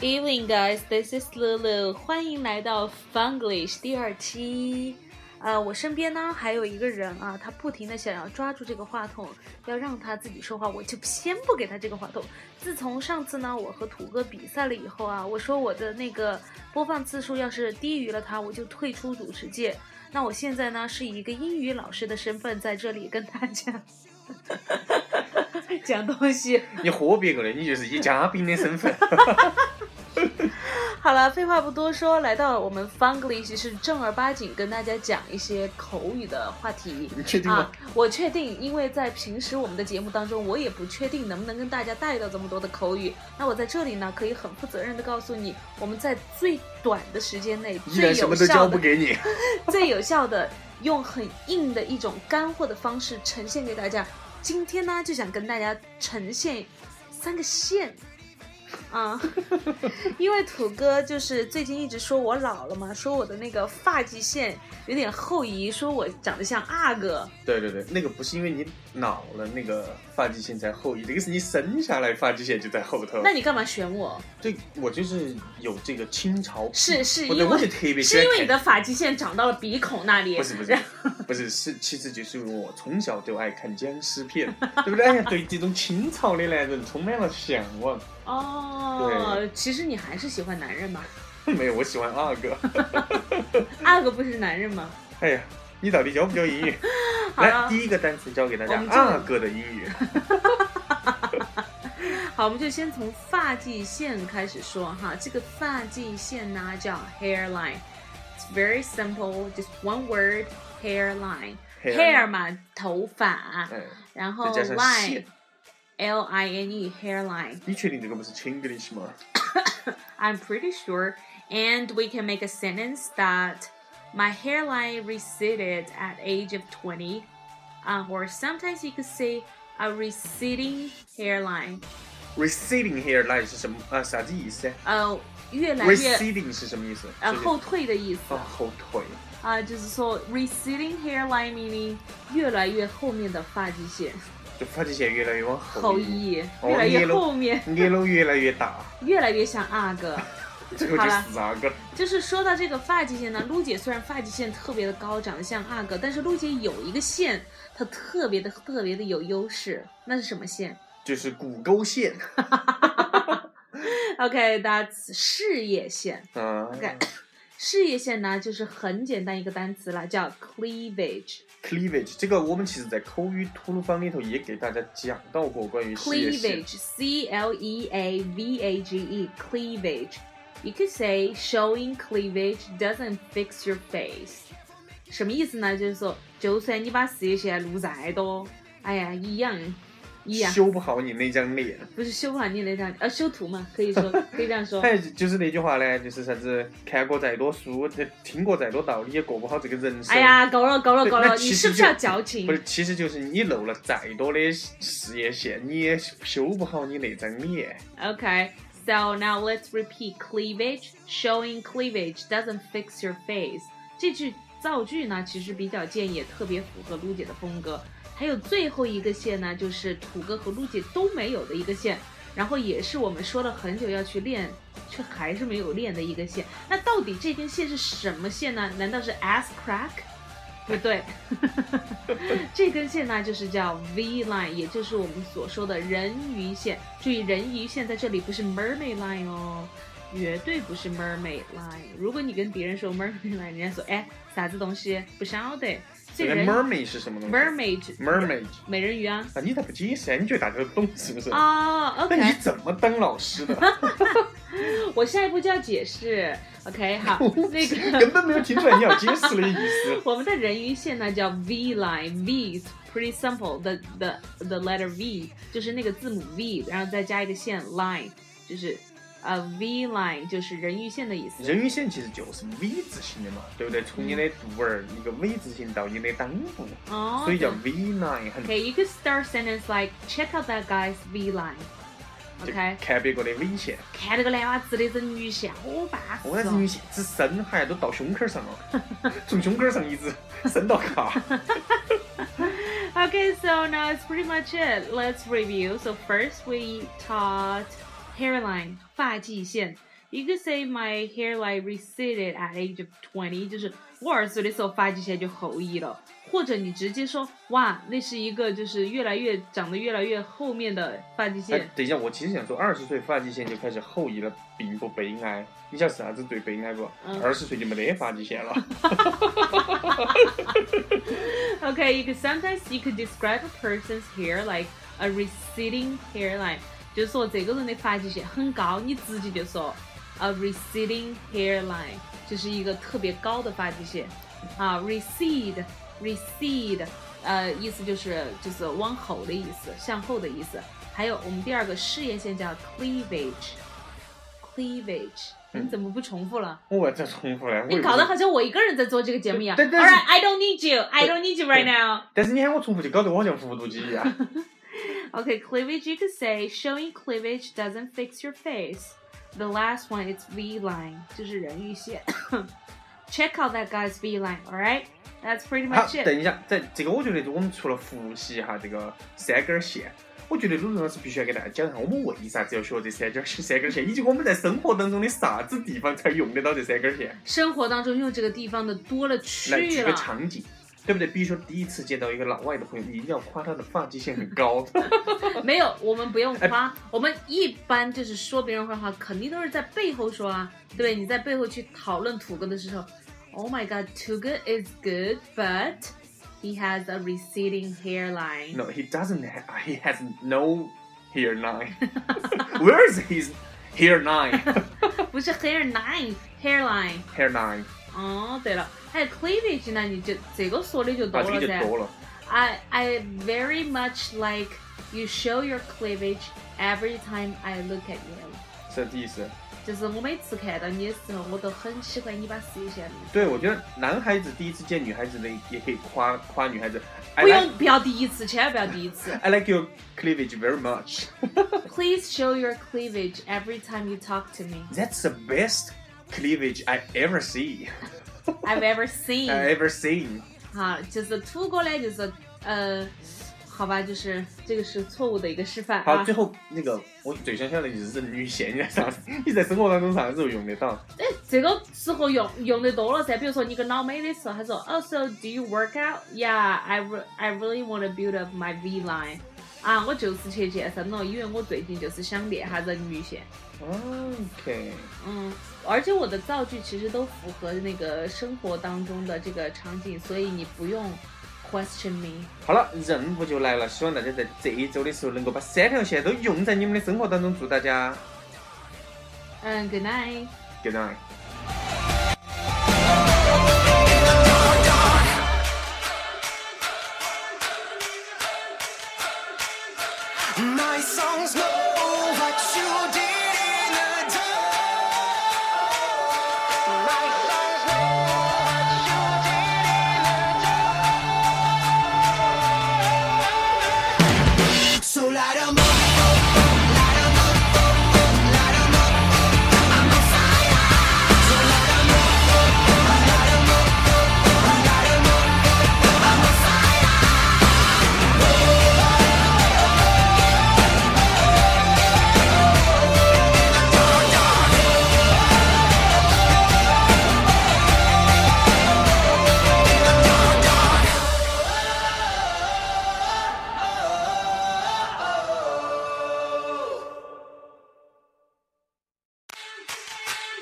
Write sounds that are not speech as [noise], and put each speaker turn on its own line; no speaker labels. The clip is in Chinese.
evening, guys. This is Lulu. 欢迎来到 Funglish 第二期。呃，我身边呢还有一个人啊，他不停的想要抓住这个话筒，要让他自己说话，我就先不给他这个话筒。自从上次呢我和土哥比赛了以后啊，我说我的那个播放次数要是低于了他，我就退出主持界。那我现在呢是以一个英语老师的身份在这里跟大家 [laughs] 讲东西。 [laughs]
你何必个呢？你就是以嘉宾的身份。
好了，废话不多说，来到我们 Funglish 是正儿八经跟大家讲一些口语的话题。
你确定吗
啊？，我确定，因为在平时我们的节目当中，我也不确定能不能跟大家带到这么多的口语。那我在这里呢，可以很负责任的告诉你，我们在最短的时间内，
依
最
然什
有
么都
效
教不
的、
给你。
最有效的，用很硬的一种干货的方式呈现给大家。今天呢，就想跟大家呈现三个线。啊， [laughs] 因为土哥就是最近一直说我老了嘛，说我的那个发际线有点后移，说我长得像阿哥。
对对对，那个不是因为你老了，那个发际线在后移，这个是你生下来发际线就在后头。
那你干嘛选我？
这我就是有这个清朝癖，
是是
我
因为
我就特别
是
喜欢
因为你的
看。
发际线长到了鼻孔那里
不。是不是不是是，其实就是我从小就爱看僵尸片，对不对？哎呀，对这种清朝的男人充满了向往。
哦，其实你还是喜欢男人嘛？
没有，我喜欢二哥。
阿哥不是男人吗？
哎呀，你到底教不教英语？
[laughs] 好
来，
了
第，一个单词教给大
我
家
们，就
二哥的英语。
好，我们就先从发际线开始说哈。这个发际线呢叫 hairline。It's very simple, just one word, hairline.
Hair
Hair 嘛，头发，
嗯。
然后
再加上
line,
线，
L I N E, hairline.
你确定这个不是 Chinglish 吗？
[coughs] I'm pretty sure. And we can make a sentence that my hairline receded at age of 20. Um, or sometimes you could say a receding hairline.
Receding hairline 是什么啊？啥子意思
呃，越来越
？Receding 是什么意思？
呃
就是
后退的意思
啊后腿。
啊，就是说 receding hairline meaning 越来越后面的发际线
就发际线越来越往
后
后移，
移，
哦
越来
捏
越
了
后面，
眼楼越来越
[laughs]
大，
越来越像阿哥。
[laughs] 这个
好
就
了
是啥个？
就是说到这个发际线呢，陆姐虽然发际线特别的高，长得像阿哥，但是陆姐有一个线，她特别的特别的有优势，那是什么线
就是骨沟线
？OK，that's、事业线。
啊
OK，事业线呢，就是很简单一个单词了，叫 cleavage。
Cleavage 这个我们其实在口语吐鲁番里头也给大家讲到过关于事业线
cleavage，c l e a v a g e，cleavage。You could say showing cleavage doesn't fix your face。什么意思呢？就是说，就算你把事业线露再多，哎呀，一样，一样，
修不好你那张脸。
不是修不好你那张，呃，修图嘛，可以说，可以这样说。
[laughs] 哎，就是那句话呢，就是啥子看过再多书，呃听过再多道理，也过不好这个人生。
哎呀，够了，够了，
对
够了！
那
你
其
是
实
不是要
就
矫情
不？是，其实就是你露了再多的事业线，你也修不好你那张脸。
Okay, so now let's repeat cleavage. Showing cleavage doesn't fix your face. 这句造句呢，其实比较贱，也特别符合陆姐的风格。还有最后一个线呢，就是土哥和陆姐都没有的一个线，然后也是我们说了很久要去练，却还是没有练的一个线。那到底这根线是什么线呢？难道是 ass crack？不对，这根线呢就是叫 V line，也就是我们所说的人鱼线。注意，人鱼线在这里不是 mermaid line 哦，绝对不是 mermaid line。如果你跟别人说 mermaid line，人家说哎啥子东西不晓得。所以
这个
人
mermaid 是什么东西
mermaid
？mermaid
美人鱼啊。
啊，你咋不解释啊？你觉得大家都懂是不是？
哦，OK、
那
o
你
k
怎么当老师的？啊
我下一步就要解释。OK，好， [laughs]
[laughs]
那个
根本没有听出来你要解释的意思。
我们的人鱼线呢叫 V line，V is pretty simple，the the the letter V 就是那个字母 V，然后再加一个线 line，就是呃 V line 就是人鱼线的意思。
人鱼线其实就是 V 字形的嘛，对不对？从你的肚儿一个 V 字形到你的裆部，
嗯哦，
所以叫 V line，很
OK，you could start sentence like check out that guy's V line。
就
OK，
看别个的尾线。
看这个男娃子的人鱼线，好巴适
我那是
哦
女。线之深，还都到胸口儿上了， [laughs] 从胸口儿上一直伸
[laughs]
到卡。
Okay, so now it's pretty much it. Let's review. So first we taught hairline 发际线 You could say my hair like receded at age of twenty，就是我二十岁的时候发际线就后移了，或者你直接说哇，那是一个就是越来越长得越来越后面的发际
哎
线。，
等一下，我其实想说，二十岁发际线就开始后移了，并不悲哀。你晓得是啥子最悲哀不？
嗯
二十岁就没得发际线
[laughs]
了。
[laughs] Okay, you could sometimes you could describe a person's hair like a receding hairline，就是说这个人的发际线很高，你直接就说 a receding hairline，就是一个特别高的发际线。啊，recede recede，呃，意思就是就是往后的意思，向后的意思。还有我们第二个事业线叫 cleavage。Cleavage，
嗯
你怎么不重复了？
我再重复来，我
你
也不
搞得好像我一个人在做这个节目一样。
但
All
但是
right, I don't need you, I don't need you right
对
now.
但是你喊我重复，就搞得我好像复读机
[laughs]
一样。
Okay, cleavage, you could say showing cleavage doesn't fix your face. The last one is V line, 就是人鱼线. [coughs] Check out that guy's V line, alright? That's pretty
好
much，it.
等一下，在这个我觉得我们除了复习一下这个三根线，我觉得鲁鲁老师必须要给大家讲一下我们为啥子要学这三根线、三根线，以及我们在生活当中的啥子地方才用得到这三根线。来举个
生活当中用这个地方的多了去了。
场景，对不对？比如说第一次见到一个老外的朋友，你一定要夸他的发际线很
[laughs]
高。
没有，我们不用夸，我们一般就是说别人坏话，肯定都是在背后说啊，对不对？你在背后去讨论土哥的时候，Oh my God, Tuga is good, but he has a receding hairline.
No, he doesn't. ha- He has no hair line. [laughs] Where is his
[laughs]
hair line?
[laughs] 不是 hairline, hairline.
Hair line
哦，对了，还有 cleavage 呢，你就这个说的就多
啊，这
了
个就
噻。
多了。
I I very much like you show your cleavage every time I look at you。
是这意思。
就是我每次看到你的时候，我都很喜欢你把事业线捋。
对，我觉得男孩子第一次见女孩子的，也可以夸夸女孩子。I
不
like
用，不要第一次，千万不要第一次。
I like your cleavage very much. [laughs]
Please show your cleavage every time you talk to me.
That's the best cleavage I ever see.
I've ever
[laughs] I
seen.
ever seen.
好，就是土哥呢，就是呃，好吧，就是这个是错误的一个示范
好，
啊
最。后那个我最想晓得就是人鱼线，你在 [laughs] 啥？你在生活当中啥时候用得到？
哎，这个时候用用的多了噻。比如说你跟老美的时候，他说，Oh, so do you work out? Yeah, I re I really want to build up my V line. 啊，我就是去健身了，因为我最近就是想练下人鱼线。
OK，
嗯，而且我的造句其实都符合那个生活当中的这个场景，所以你不用 question me。
好了，任务就来了，希望大家在这一周的时候能够把三条线都用在你们的生活当中。祝大家
嗯，Good night。
good night。
My songs know what you did.